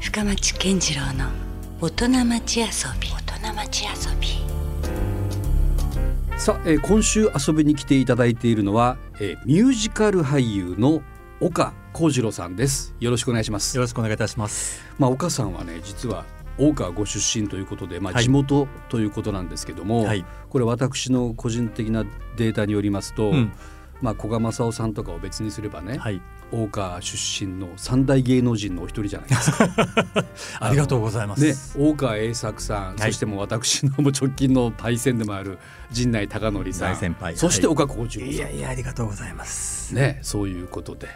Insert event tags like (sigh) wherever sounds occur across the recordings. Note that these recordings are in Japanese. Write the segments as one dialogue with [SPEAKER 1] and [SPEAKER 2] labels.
[SPEAKER 1] 深町健次郎の大人町遊び大人町遊び
[SPEAKER 2] さあ、えー今週遊びに来ていただいているのは、えーミュージカル俳優の岡幸次郎さんですよろしくお願いします
[SPEAKER 3] よろしくお願いいたします。
[SPEAKER 2] まあ岡さんはね実は大川ご出身ということで、まあ、
[SPEAKER 3] はい
[SPEAKER 2] 地元ということなんですけども、
[SPEAKER 3] はい
[SPEAKER 2] これ私の個人的なデータによりますと、
[SPEAKER 3] うん
[SPEAKER 2] まあ、古賀正夫さんとかを別にすればね、
[SPEAKER 3] はい、
[SPEAKER 2] 大川出身の三大芸能人のお一人じゃないです
[SPEAKER 3] (laughs)
[SPEAKER 2] か。
[SPEAKER 3] ありがとうございます。
[SPEAKER 2] ね、大川栄作さん、
[SPEAKER 3] はい
[SPEAKER 2] そしてもう私のもう直近の対戦でもある陣内孝則さん
[SPEAKER 3] 大先輩
[SPEAKER 2] そして
[SPEAKER 3] はい
[SPEAKER 2] 岡幸次郎
[SPEAKER 3] い
[SPEAKER 2] さん、
[SPEAKER 3] やいやありがとうございます。
[SPEAKER 2] ねそういうことで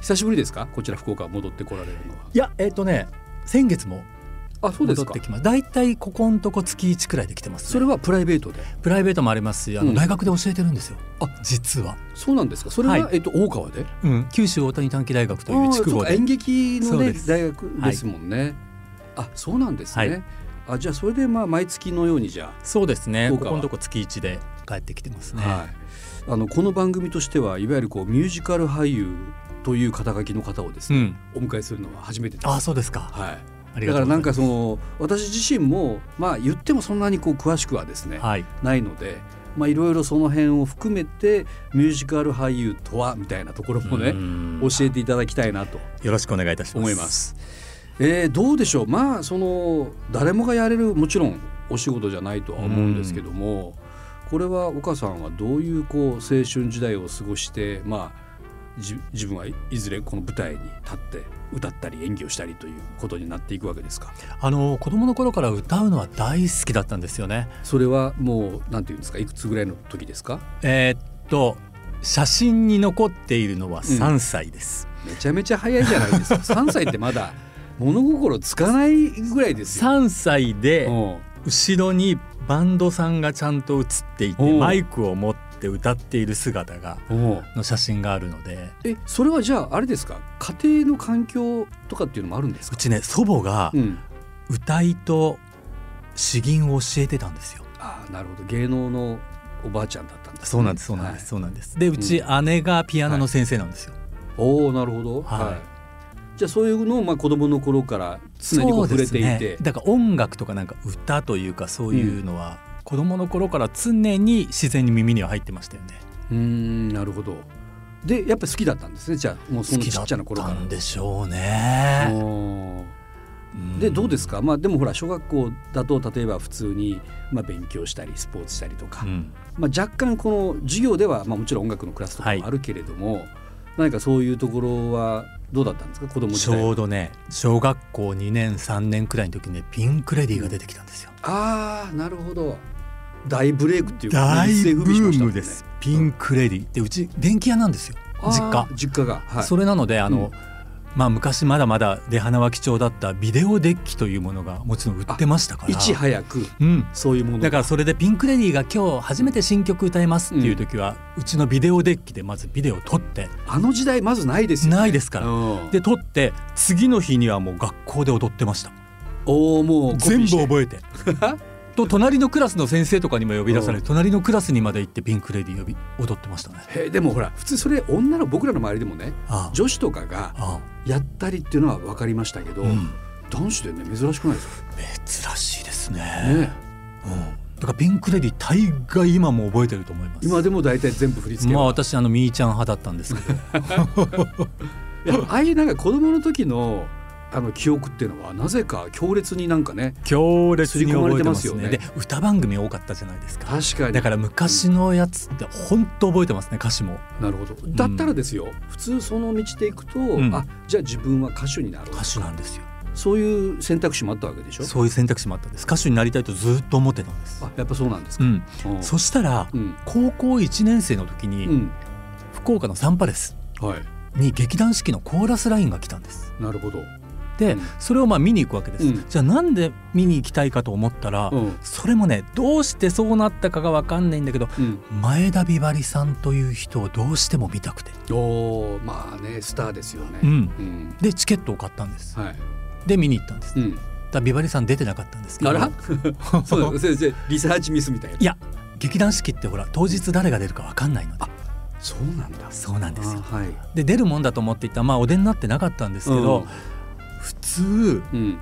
[SPEAKER 2] 久しぶりですかこちら福岡戻ってこられるのはい
[SPEAKER 3] やえっ、とね先月も
[SPEAKER 2] あそうで
[SPEAKER 3] 戻
[SPEAKER 2] す
[SPEAKER 3] っ
[SPEAKER 2] か
[SPEAKER 3] てきます。だいたいここんとこ月1くらいで来てます、ね。
[SPEAKER 2] それはプライベートで
[SPEAKER 3] プライベートもありますし、あの、
[SPEAKER 2] うん
[SPEAKER 3] 大学で教えてるんですよ。
[SPEAKER 2] あ
[SPEAKER 3] 実は、
[SPEAKER 2] そうなんですかそれは、
[SPEAKER 3] はい
[SPEAKER 2] えっと大川で
[SPEAKER 3] うん、九州大谷短期大学と
[SPEAKER 2] あ
[SPEAKER 3] いう
[SPEAKER 2] ー
[SPEAKER 3] 地区
[SPEAKER 2] そ
[SPEAKER 3] 号
[SPEAKER 2] うか
[SPEAKER 3] で
[SPEAKER 2] 演劇の
[SPEAKER 3] そう
[SPEAKER 2] ね
[SPEAKER 3] です
[SPEAKER 2] 大学ですもんね、あそうなんですね、
[SPEAKER 3] はい
[SPEAKER 2] あじゃあそれでまあ毎月のようにじゃ
[SPEAKER 3] そうですね。
[SPEAKER 2] 福
[SPEAKER 3] こ
[SPEAKER 2] 岡は
[SPEAKER 3] こんとこ月1で帰ってきてます
[SPEAKER 2] あ、
[SPEAKER 3] ね。
[SPEAKER 2] はいあのこの番組としてはいわゆるこうミュージカル俳優という肩書きの方をです
[SPEAKER 3] う
[SPEAKER 2] ね、
[SPEAKER 3] ん。
[SPEAKER 2] お迎えするのは初めてです
[SPEAKER 3] あそうですか。
[SPEAKER 2] はい
[SPEAKER 3] あり
[SPEAKER 2] だ
[SPEAKER 3] が
[SPEAKER 2] か
[SPEAKER 3] と
[SPEAKER 2] らな
[SPEAKER 3] うござ
[SPEAKER 2] いん
[SPEAKER 3] ま
[SPEAKER 2] か
[SPEAKER 3] す。
[SPEAKER 2] その私自身もまあ言ってもそんなにこう詳しくはですね、
[SPEAKER 3] はい。
[SPEAKER 2] ないのでまあいろいろその辺を含めてミュージカル俳優とはみたいなところもね
[SPEAKER 3] うん
[SPEAKER 2] 教えていただきたいなと
[SPEAKER 3] よろしくお願いいたします。
[SPEAKER 2] 思いま。す。えーどうでしょうまあその誰もがやれるもちろんお仕事じゃないとは思うんですけども、これは岡さんはどういうこう青春時代を過ごしてまあじ自分はいいずれこの舞台に立って歌ったり演技をしたりということになっていくわけですか
[SPEAKER 3] あの子供の頃から歌うのは大好きだったんですよね。
[SPEAKER 2] それはもうなんていうんですかいくつぐらいの時ですか
[SPEAKER 3] えーっと写真に残っているのは3歳です、
[SPEAKER 2] めちゃめちゃ早いじゃないですか
[SPEAKER 3] (laughs)
[SPEAKER 2] 3歳ってまだ物心つかないぐらいですよ。
[SPEAKER 3] 3歳で
[SPEAKER 2] うん
[SPEAKER 3] 後ろにバンドさんがちゃんと写っていて
[SPEAKER 2] おう
[SPEAKER 3] マイクを持って歌っている姿が
[SPEAKER 2] うん
[SPEAKER 3] の写真があるので
[SPEAKER 2] えそれはじゃああれですか家庭の環境とかっていうのもあるんです
[SPEAKER 3] う
[SPEAKER 2] か、
[SPEAKER 3] ちね祖母が
[SPEAKER 2] うん、
[SPEAKER 3] 歌いと詩吟を教えてたんですよ。
[SPEAKER 2] ああなるほど芸能のおばあちゃんだったんですね、
[SPEAKER 3] そうなんですそうなんです、そうなんですでうち姉がピアノの先生なんですよ。
[SPEAKER 2] はい、おおなるほど
[SPEAKER 3] はい
[SPEAKER 2] じゃあそういうのをまあ子供の頃から常にこう
[SPEAKER 3] そ
[SPEAKER 2] 触
[SPEAKER 3] うで
[SPEAKER 2] れ
[SPEAKER 3] す
[SPEAKER 2] ていて、
[SPEAKER 3] ね、だから音楽とかなんか歌というかそういうのは子供の頃から常に自然に耳には入ってましたよね。
[SPEAKER 2] うーんなるほどでやっぱり好きだったんですねじゃあもうそ
[SPEAKER 3] 好
[SPEAKER 2] の
[SPEAKER 3] き
[SPEAKER 2] ち
[SPEAKER 3] だ
[SPEAKER 2] っ
[SPEAKER 3] っ
[SPEAKER 2] ちゃな頃
[SPEAKER 3] た
[SPEAKER 2] か
[SPEAKER 3] んでしょう
[SPEAKER 2] ら。
[SPEAKER 3] ね。
[SPEAKER 2] おー
[SPEAKER 3] ん
[SPEAKER 2] でどうですか、まあ、でもほら小学校だと例えば普通に、まあ、勉強したりスポーツしたりとか、
[SPEAKER 3] うん
[SPEAKER 2] まあ、若干この授業では、まあ、もちろん音楽のクラスとか
[SPEAKER 3] はい
[SPEAKER 2] もあるけれども、何かそういうところはどうだったんですか子供時
[SPEAKER 3] ち
[SPEAKER 2] 代
[SPEAKER 3] ょうどね小学校2年3年くらいの時にねピンク・レディーが出てきたんですよ。
[SPEAKER 2] ああなるほど大ブレイクっていうか
[SPEAKER 3] 大
[SPEAKER 2] 一世
[SPEAKER 3] ブ
[SPEAKER 2] 風靡しましたも
[SPEAKER 3] ー
[SPEAKER 2] ん
[SPEAKER 3] ム
[SPEAKER 2] ね
[SPEAKER 3] です、ピンク・レディーでうち電気屋なんですよ
[SPEAKER 2] あ
[SPEAKER 3] 実
[SPEAKER 2] ー
[SPEAKER 3] 家。
[SPEAKER 2] 実家が、はい、
[SPEAKER 3] それなのであの、
[SPEAKER 2] う
[SPEAKER 3] まあ、昔まだまだ出花は貴重だったビデオデッキというものがもちろん売ってましたから
[SPEAKER 2] いち早く
[SPEAKER 3] うん、
[SPEAKER 2] そういうもの
[SPEAKER 3] だ
[SPEAKER 2] が
[SPEAKER 3] からそれでピンク・レディーが今日初めて新曲歌いますっていう時は、うちのビデオデッキでまずビデオを撮って
[SPEAKER 2] あの時代まずないですよね
[SPEAKER 3] ないですから
[SPEAKER 2] うん
[SPEAKER 3] で撮って次の日にはもう学校で踊ってました
[SPEAKER 2] おおもうコピ
[SPEAKER 3] 全
[SPEAKER 2] ーして
[SPEAKER 3] 部覚えて
[SPEAKER 2] (laughs)
[SPEAKER 3] と隣のクラスの先生とかにも呼び出され
[SPEAKER 2] うん
[SPEAKER 3] て隣のクラスにまで行ってピンク・レディー呼び踊ってましたね
[SPEAKER 2] へーでもほら普通それ女の僕らの周りでもね
[SPEAKER 3] ああ
[SPEAKER 2] 女子とかが
[SPEAKER 3] あ
[SPEAKER 2] やったりっていうのは分かりましたけど、
[SPEAKER 3] あ、うん、
[SPEAKER 2] 男子でね珍しくないですか
[SPEAKER 3] 珍しいですね
[SPEAKER 2] ね
[SPEAKER 3] うん、だからピンク・レディー大概今も覚えてると思います
[SPEAKER 2] 今でも大体全部振り付け
[SPEAKER 3] まあ
[SPEAKER 2] は、
[SPEAKER 3] 私あのみーちゃん派だったんですけ
[SPEAKER 2] (laughs)
[SPEAKER 3] ど
[SPEAKER 2] いやああいうなんか子供の時のあの記憶っていうのはなぜか強烈になんかね
[SPEAKER 3] 強烈に覚えてます
[SPEAKER 2] 刷り込ま
[SPEAKER 3] ね
[SPEAKER 2] れて
[SPEAKER 3] で歌番組多かったじゃないですか
[SPEAKER 2] 確かに
[SPEAKER 3] だから昔のやつって本当覚えてますね歌詞も
[SPEAKER 2] なるほどだったらですよ、普通その道でいくと、
[SPEAKER 3] ん
[SPEAKER 2] あじゃあ自分は歌手になろう
[SPEAKER 3] 歌手なんですよ
[SPEAKER 2] そういう選択肢もあったわけでしょ
[SPEAKER 3] そういう選択肢もあったんです歌手になりたいとずっと思ってたんです
[SPEAKER 2] あやっぱそうなんです
[SPEAKER 3] う
[SPEAKER 2] か、
[SPEAKER 3] ん
[SPEAKER 2] うん
[SPEAKER 3] そしたら
[SPEAKER 2] うん
[SPEAKER 3] 高校1年生の時
[SPEAKER 2] う
[SPEAKER 3] に
[SPEAKER 2] ん
[SPEAKER 3] 福岡のサンパレス
[SPEAKER 2] はい
[SPEAKER 3] に劇団四季のコーラスラインが来たんです
[SPEAKER 2] なるほど、
[SPEAKER 3] で
[SPEAKER 2] うん
[SPEAKER 3] それをまあ見に行くわけです、
[SPEAKER 2] うん
[SPEAKER 3] じゃあなんで見に行きたいかと思ったら、
[SPEAKER 2] うん
[SPEAKER 3] それもねどうしてそうなったかがわかんないんだけど
[SPEAKER 2] うん、
[SPEAKER 3] 前田美波里さんという人をどうしても見たくて
[SPEAKER 2] おーまあねスターですよね
[SPEAKER 3] うん
[SPEAKER 2] うん
[SPEAKER 3] でチケットを買ったんです
[SPEAKER 2] はい
[SPEAKER 3] で見に行ったんです
[SPEAKER 2] うん
[SPEAKER 3] だビバリさん出てなかったんですけ
[SPEAKER 2] あ
[SPEAKER 3] ど (laughs)
[SPEAKER 2] らそう先生リサーチミスみたいない
[SPEAKER 3] や劇団四季ってほら当日誰が出るかわかんないので
[SPEAKER 2] そうなんだ
[SPEAKER 3] そうなんですよ
[SPEAKER 2] あはい
[SPEAKER 3] で出るもんだと思っていたまあお出になってなかったんですけど、
[SPEAKER 2] うん
[SPEAKER 3] 普通
[SPEAKER 2] うん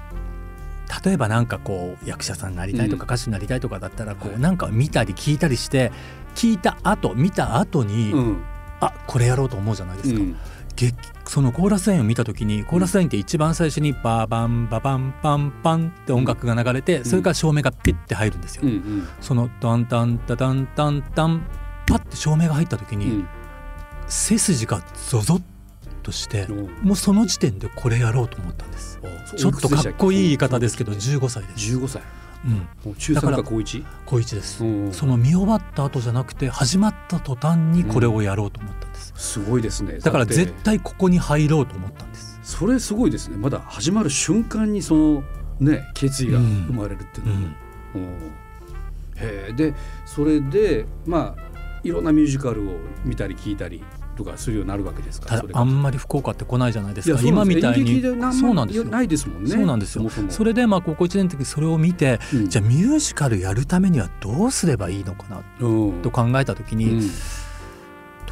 [SPEAKER 3] 例えばなんかこう役者さんになりたいとか
[SPEAKER 2] うん
[SPEAKER 3] 歌手になりたいとかだったらこ
[SPEAKER 2] は
[SPEAKER 3] う
[SPEAKER 2] い
[SPEAKER 3] なんか見たり聞いたりして聞いた後見た後に、
[SPEAKER 2] うん
[SPEAKER 3] あこれやろうと思うじゃないで
[SPEAKER 2] う
[SPEAKER 3] すか。
[SPEAKER 2] ん
[SPEAKER 3] 劇そのコーラスラインを見た時にコーラスラインって一番最初にバーバンババンパンパンって音楽が流れて、
[SPEAKER 2] ん
[SPEAKER 3] それから照明がピッて入るんですよ。
[SPEAKER 2] うん
[SPEAKER 3] そのダンダンダダンダンダンパッて照明が入った時
[SPEAKER 2] う
[SPEAKER 3] に、
[SPEAKER 2] ん
[SPEAKER 3] 背筋がゾゾッとして、
[SPEAKER 2] うん
[SPEAKER 3] もうその時点でこれやろうと思ったんです。
[SPEAKER 2] あ
[SPEAKER 3] ちょっとかっこいい言い方ですけど
[SPEAKER 2] おくつ
[SPEAKER 3] 15歳で
[SPEAKER 2] でし
[SPEAKER 3] す。
[SPEAKER 2] たっけ15歳
[SPEAKER 3] うん、
[SPEAKER 2] もう中3
[SPEAKER 3] だか
[SPEAKER 2] から高一
[SPEAKER 3] 高一です、
[SPEAKER 2] うん
[SPEAKER 3] その見終わった後じゃなくて始まった途端にこれをやろうと思ったんです、
[SPEAKER 2] すごいですね
[SPEAKER 3] だから
[SPEAKER 2] って
[SPEAKER 3] 絶対ここに入ろうと思ったんです
[SPEAKER 2] それすごいですねまだ始まる瞬間にそのね決意が
[SPEAKER 3] うん
[SPEAKER 2] 生まれるっていう
[SPEAKER 3] う
[SPEAKER 2] の
[SPEAKER 3] ん、
[SPEAKER 2] うんへえでそれでまあいろんなミュージカルを見たり聞いたりとかするようになるわけですから
[SPEAKER 3] た
[SPEAKER 2] それ
[SPEAKER 3] だあんまり福岡って来ないじゃないで
[SPEAKER 2] い
[SPEAKER 3] す
[SPEAKER 2] や
[SPEAKER 3] か
[SPEAKER 2] そうな
[SPEAKER 3] 今
[SPEAKER 2] んです
[SPEAKER 3] みたい
[SPEAKER 2] 演
[SPEAKER 3] に
[SPEAKER 2] 劇でなん
[SPEAKER 3] そうなんですよ
[SPEAKER 2] ないですもんね
[SPEAKER 3] そうなんですよ
[SPEAKER 2] そもも
[SPEAKER 3] それでまあ高校1年の時それを見て、
[SPEAKER 2] うん
[SPEAKER 3] じゃあミュージカルやるためにはどうすればいいのかな
[SPEAKER 2] うん
[SPEAKER 3] と考えた時
[SPEAKER 2] う
[SPEAKER 3] に、
[SPEAKER 2] ん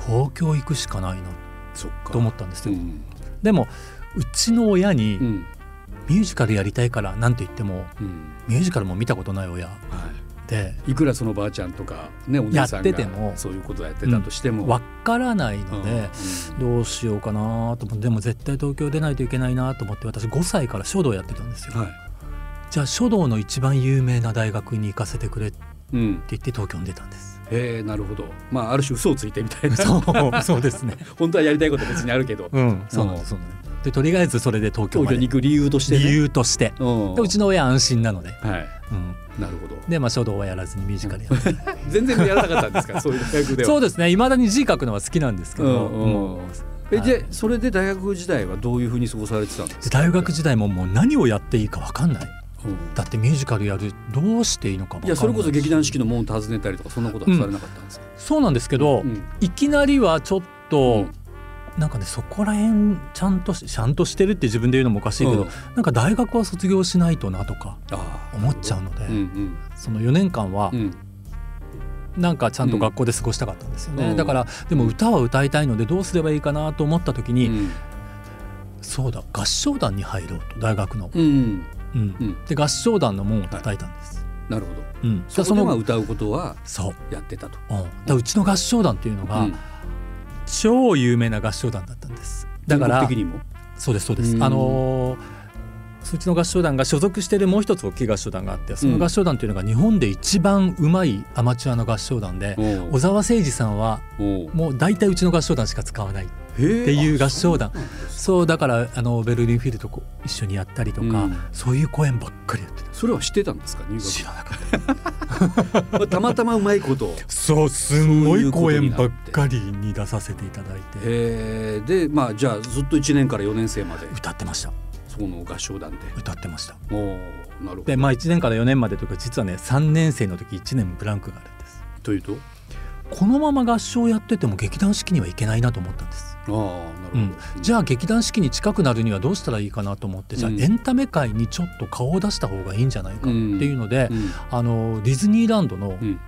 [SPEAKER 3] 東京行くしかないな
[SPEAKER 2] そっか
[SPEAKER 3] と思ったんです
[SPEAKER 2] う
[SPEAKER 3] よ、
[SPEAKER 2] ん
[SPEAKER 3] でもうちの親に
[SPEAKER 2] うん
[SPEAKER 3] ミュージカルやりたいからなんて言っても
[SPEAKER 2] うん
[SPEAKER 3] ミュージカルも見たことない親
[SPEAKER 2] は
[SPEAKER 3] で
[SPEAKER 2] いいくらそのばあちゃんとかねお姉さん
[SPEAKER 3] やってても
[SPEAKER 2] がそういうことをやってたとしても
[SPEAKER 3] わからないの
[SPEAKER 2] うん
[SPEAKER 3] で、どうしようかなと思ってでも絶対東京出ないといけないなと思って私5歳から書道やってたんですよ、
[SPEAKER 2] はい
[SPEAKER 3] じゃあ書道の一番有名な大学に行かせてくれって
[SPEAKER 2] うん
[SPEAKER 3] 言って東京に出たんです
[SPEAKER 2] (laughs) へえなるほどまあある種嘘をついてみたいな
[SPEAKER 3] そうそうですね
[SPEAKER 2] (laughs) 本当はやりたいこと別にあるけど
[SPEAKER 3] (laughs) うんそうなんですそうなんですでとりあえずそれで東京
[SPEAKER 2] 東
[SPEAKER 3] ま
[SPEAKER 2] 京
[SPEAKER 3] で
[SPEAKER 2] に行く理由としてね
[SPEAKER 3] 理由として
[SPEAKER 2] うん
[SPEAKER 3] でうちの親安心なので、
[SPEAKER 2] はい
[SPEAKER 3] うん、
[SPEAKER 2] なるほど
[SPEAKER 3] でまあ書道はやらずにミュージカルやって
[SPEAKER 2] 全然やらなかったんですか (laughs) そういう大学では
[SPEAKER 3] そうですねいまだに字書くのは好きなんですけど、
[SPEAKER 2] うんうん
[SPEAKER 3] うん
[SPEAKER 2] え
[SPEAKER 3] はい
[SPEAKER 2] でそれで大学時代はどういうふうに過ごされてたんです
[SPEAKER 3] で
[SPEAKER 2] か
[SPEAKER 3] 大学時代ももう何をやっていいか分かんない
[SPEAKER 2] うん
[SPEAKER 3] だってミュージカルやるどうしていいのか分かんな
[SPEAKER 2] い
[SPEAKER 3] い
[SPEAKER 2] やそれこそ劇団四季の門を訪ねたりとかそんなことはされなかったんですか、
[SPEAKER 3] そうなんですけど、
[SPEAKER 2] うん
[SPEAKER 3] いきなりはちょっ
[SPEAKER 2] う
[SPEAKER 3] と、
[SPEAKER 2] ん
[SPEAKER 3] なんかねそこら辺ちゃんとしちゃんとしてるって自分で言うのもおかしいけど、
[SPEAKER 2] うん
[SPEAKER 3] なんか大学は卒業しないとなとか
[SPEAKER 2] ああ
[SPEAKER 3] 思っちゃうので、
[SPEAKER 2] うんうん
[SPEAKER 3] その4年間は
[SPEAKER 2] うん
[SPEAKER 3] なんかちゃんと学校で過ごしたかったんですよね、
[SPEAKER 2] うん
[SPEAKER 3] だからでも歌は歌いたいのでどうすればいいかなと思った時に、
[SPEAKER 2] うん
[SPEAKER 3] そうだ合唱団に入ろうと大学の、
[SPEAKER 2] うん
[SPEAKER 3] うん
[SPEAKER 2] ん
[SPEAKER 3] で合唱団の門を叩いたんです。
[SPEAKER 2] なるほど
[SPEAKER 3] うん、
[SPEAKER 2] そこで
[SPEAKER 3] でそ
[SPEAKER 2] は
[SPEAKER 3] の
[SPEAKER 2] 歌うことは
[SPEAKER 3] そう、
[SPEAKER 2] やってたと
[SPEAKER 3] うん、だからうちの合唱団っていうのが、
[SPEAKER 2] うん
[SPEAKER 3] 超有名な合唱団だったんですだから
[SPEAKER 2] 全国的にも
[SPEAKER 3] そうですそうです。
[SPEAKER 2] うん
[SPEAKER 3] あのーそっちの合唱団が所属しているもう一つ大きい合唱団があってその合唱団というのが日本で一番うまいアマチュアの合唱団で、
[SPEAKER 2] お
[SPEAKER 3] 小
[SPEAKER 2] う
[SPEAKER 3] 沢誠二さんは
[SPEAKER 2] おう
[SPEAKER 3] もう大体うちの合唱団しか使わない
[SPEAKER 2] て
[SPEAKER 3] っていう合唱団
[SPEAKER 2] そ
[SPEAKER 3] そうだからあのベルリンフィルとこ一緒にやったりとか、
[SPEAKER 2] うん
[SPEAKER 3] そういう公演ばっかりやってた
[SPEAKER 2] それは知ってたんですか入学
[SPEAKER 3] 知らなかった
[SPEAKER 2] まあたまたまうまいことを
[SPEAKER 3] そうす
[SPEAKER 2] んごい
[SPEAKER 3] 公演
[SPEAKER 2] 公
[SPEAKER 3] ば
[SPEAKER 2] 演
[SPEAKER 3] っ
[SPEAKER 2] ばっか
[SPEAKER 3] かりに出させていただいて
[SPEAKER 2] えーでまあじゃあずっと1年から4年生まで
[SPEAKER 3] 歌ってました
[SPEAKER 2] そこの合唱団で
[SPEAKER 3] 歌ってました
[SPEAKER 2] おおなるほど
[SPEAKER 3] でまあ1年から4年までというか実はね3年生の時1年ブランクがあるんです
[SPEAKER 2] というと
[SPEAKER 3] このまま合唱やってても劇団四季にはいけないなと思ったんです、
[SPEAKER 2] ああなるほ
[SPEAKER 3] う
[SPEAKER 2] ど、
[SPEAKER 3] ん、じ
[SPEAKER 2] ゃ
[SPEAKER 3] ゃあ劇団四季に近くなるにはどうしたらいいかなと思ってじゃあ
[SPEAKER 2] うん
[SPEAKER 3] エンタメ界にちょっと顔を出した方がいいんじゃないかっていうので、
[SPEAKER 2] うん
[SPEAKER 3] あのディズニーランドの
[SPEAKER 2] うん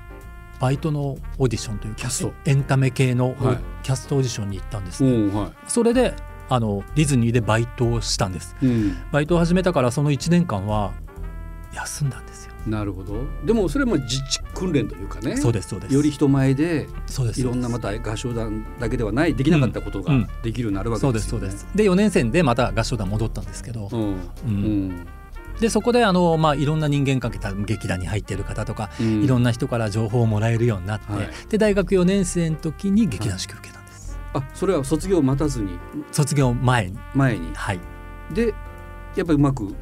[SPEAKER 3] バイトのオーディションというか
[SPEAKER 2] キャスト
[SPEAKER 3] エンタメ系の
[SPEAKER 2] はい
[SPEAKER 3] キャストオーディションに行ったんです、
[SPEAKER 2] うんは
[SPEAKER 3] それであのディズニーでバイトをしたんです
[SPEAKER 2] い、うん、
[SPEAKER 3] バイトを始めたからその1年間は休んだんですよ、
[SPEAKER 2] なるほどでもそれも実地訓練というかね
[SPEAKER 3] そうですそうです
[SPEAKER 2] より人前で
[SPEAKER 3] そうです
[SPEAKER 2] いろんなまた合唱団だけではないできなかったことが
[SPEAKER 3] うん
[SPEAKER 2] できるようになるわ
[SPEAKER 3] そ
[SPEAKER 2] け
[SPEAKER 3] う
[SPEAKER 2] で
[SPEAKER 3] です
[SPEAKER 2] す
[SPEAKER 3] そ
[SPEAKER 2] よ
[SPEAKER 3] う
[SPEAKER 2] ね、
[SPEAKER 3] ですで4年生でまた合唱団戻ったんですけど、
[SPEAKER 2] う
[SPEAKER 3] うん
[SPEAKER 2] うんん
[SPEAKER 3] でそこであの、まあ、いろんな人間関係多分劇団に入っている方とか、
[SPEAKER 2] うん
[SPEAKER 3] いろんな人から情報をもらえるようになって、
[SPEAKER 2] はい
[SPEAKER 3] で大学4年生の時に劇団四季を受けたんです、
[SPEAKER 2] あそれは卒業を待たずに
[SPEAKER 3] 卒業前に
[SPEAKER 2] 前に
[SPEAKER 3] はい
[SPEAKER 2] でやっぱりうまく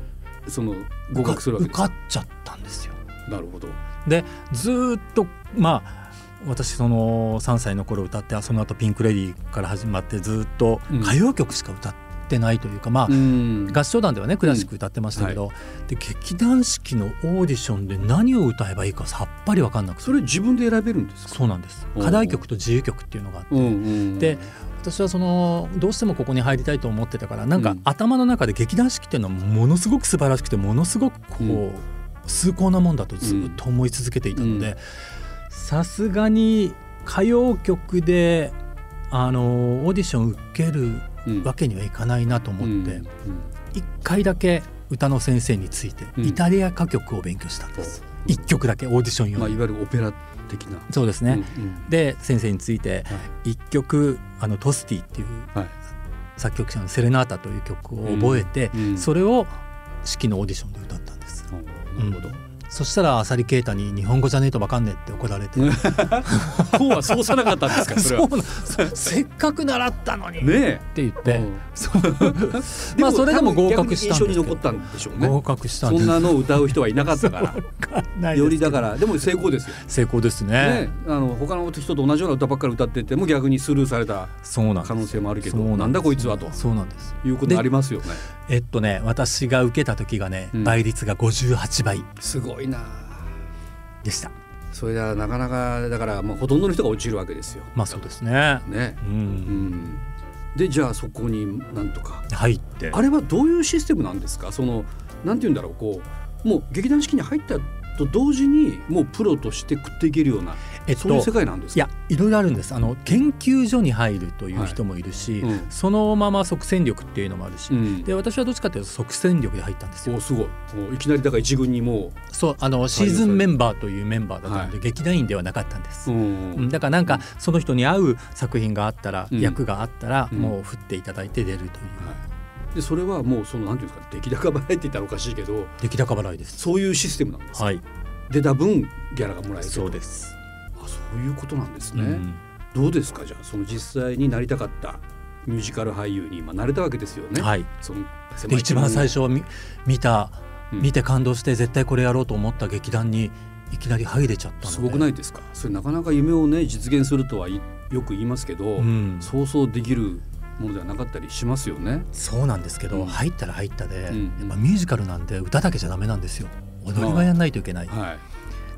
[SPEAKER 2] その合格するわけで
[SPEAKER 3] 受
[SPEAKER 2] す
[SPEAKER 3] かっちゃったんですよ
[SPEAKER 2] なるほど
[SPEAKER 3] でずーっとまあ私その3歳の頃歌ってその後ピンク・レディーから始まってずーっと
[SPEAKER 2] うん
[SPEAKER 3] 歌謡曲しか歌ってないというか、まあ、
[SPEAKER 2] うん
[SPEAKER 3] 合唱団ではねクラシック歌ってましたけど、で劇団四季のオーディションで何を歌えばいいかさっぱり分かんなくて
[SPEAKER 2] それ自分で選べるんですか
[SPEAKER 3] そうなんです
[SPEAKER 2] おー
[SPEAKER 3] 課題曲と自由曲っていうのがあって
[SPEAKER 2] うんうん
[SPEAKER 3] で私はそのどうしてもここに入りたいと思ってたからなん
[SPEAKER 2] う
[SPEAKER 3] か
[SPEAKER 2] ん
[SPEAKER 3] 頭の中で劇団四季っていうのはものすごく素晴らしくてものすごくこう、
[SPEAKER 2] う
[SPEAKER 3] 崇高なもんだとずっと思い続けていたのでさすがに歌謡曲であのオーディション受ける
[SPEAKER 2] うん
[SPEAKER 3] わけにはいかないなと思って、
[SPEAKER 2] うんうん
[SPEAKER 3] 一回だけ歌の先生について
[SPEAKER 2] うん
[SPEAKER 3] イタリア歌曲を勉強したんです、一曲だけオーディション用
[SPEAKER 2] まあ、
[SPEAKER 3] に、
[SPEAKER 2] いわゆるオペラ的な。
[SPEAKER 3] そうですね、
[SPEAKER 2] うんうん
[SPEAKER 3] で先生について
[SPEAKER 2] は
[SPEAKER 3] 一曲あのトスティっていう
[SPEAKER 2] はい
[SPEAKER 3] 作曲者の「セレナータ」という曲を覚えて、
[SPEAKER 2] うんうん
[SPEAKER 3] それを式のオーディションで歌ったんです
[SPEAKER 2] あなるほど。
[SPEAKER 3] そしたら浅利啓太に「日本語じゃねえとわかんねえ」って怒られて
[SPEAKER 2] こうはそうさなかったんですか。 (laughs) それ
[SPEAKER 3] (laughs) そ
[SPEAKER 2] は
[SPEAKER 3] うなそせっかく習ったのに、
[SPEAKER 2] ね
[SPEAKER 3] って言っ
[SPEAKER 2] え。
[SPEAKER 3] て、
[SPEAKER 2] うん
[SPEAKER 3] そうまあそれでも合格したん
[SPEAKER 2] 逆に印象
[SPEAKER 3] ですけ
[SPEAKER 2] に
[SPEAKER 3] ど
[SPEAKER 2] 残ったんでしょう
[SPEAKER 3] 合
[SPEAKER 2] ね。
[SPEAKER 3] 格したん
[SPEAKER 2] そ
[SPEAKER 3] です
[SPEAKER 2] んなのを歌う人はい (laughs) なかったから。
[SPEAKER 3] ないです
[SPEAKER 2] よりだからでも成功ですよ。
[SPEAKER 3] 成功ですね
[SPEAKER 2] ね、あの他の人と同じような歌ばっかり歌ってても逆にスルーされた
[SPEAKER 3] そうなんです
[SPEAKER 2] 可能性もあるけど
[SPEAKER 3] そう
[SPEAKER 2] なんだこいつはと
[SPEAKER 3] そうなんです
[SPEAKER 2] いうこともありますよね。
[SPEAKER 3] えっとね私が受けた時がね、
[SPEAKER 2] うん
[SPEAKER 3] 倍率が58倍
[SPEAKER 2] すごいな。
[SPEAKER 3] でした
[SPEAKER 2] それではなかなかだからまあほとんどの人が落ちるわけですよ。
[SPEAKER 3] まあそうですね
[SPEAKER 2] ね。
[SPEAKER 3] う
[SPEAKER 2] うんん。でじゃあそこになんとか。
[SPEAKER 3] 入って
[SPEAKER 2] あれはどういうシステムなんですかそのなんて言うんだろうこうもう劇団四季に入ったと同時にもうプロとして食っていけるような、
[SPEAKER 3] えっと
[SPEAKER 2] そういう世界なんです
[SPEAKER 3] い
[SPEAKER 2] か
[SPEAKER 3] やいろいろあるんですあの研究所に入るという人もいるし、
[SPEAKER 2] はいうん
[SPEAKER 3] そのまま即戦力っていうのもあるし、
[SPEAKER 2] うん
[SPEAKER 3] で私はどっちかというと即戦力で入ったんですよ
[SPEAKER 2] おすごいもういきなりだから一軍にも
[SPEAKER 3] そうあのシーズンメンバーというメンバーだったので、
[SPEAKER 2] はい
[SPEAKER 3] 劇団員ではなかったんです
[SPEAKER 2] う、ん
[SPEAKER 3] うんだからなんかその人に合う作品があったら、
[SPEAKER 2] うん
[SPEAKER 3] 役があったら、
[SPEAKER 2] うん
[SPEAKER 3] もう振っていただいて出るという、
[SPEAKER 2] はい、でそれはもうそのなんていうんですか出来高払いって言ったらおかしいけど
[SPEAKER 3] 出来高払いです
[SPEAKER 2] そういうシステムなんです、
[SPEAKER 3] はい
[SPEAKER 2] 出た分ギャラがもらえる
[SPEAKER 3] そうです、
[SPEAKER 2] あそういうことなんです
[SPEAKER 3] う
[SPEAKER 2] ね、
[SPEAKER 3] ん
[SPEAKER 2] どうですかじゃあその実際になりたかったミュージカル俳優に今なれたわけですよね、
[SPEAKER 3] はい
[SPEAKER 2] その狭
[SPEAKER 3] で
[SPEAKER 2] い
[SPEAKER 3] 一番最
[SPEAKER 2] 初
[SPEAKER 3] 初見見た
[SPEAKER 2] うん
[SPEAKER 3] 見て感動して絶対これやろうと思った劇団にいきなり入れちゃったのです
[SPEAKER 2] ごくないですかそれなかなか夢をね実現するとはいよく言いますけど、
[SPEAKER 3] うん
[SPEAKER 2] そうそうできるものではなかったりしますよね。
[SPEAKER 3] そうなんですけど、
[SPEAKER 2] うん
[SPEAKER 3] 入ったら入ったで、
[SPEAKER 2] うん
[SPEAKER 3] やっぱミュージカルなんで歌だけじゃダメなんですよ踊りはやんないといけない、
[SPEAKER 2] はい。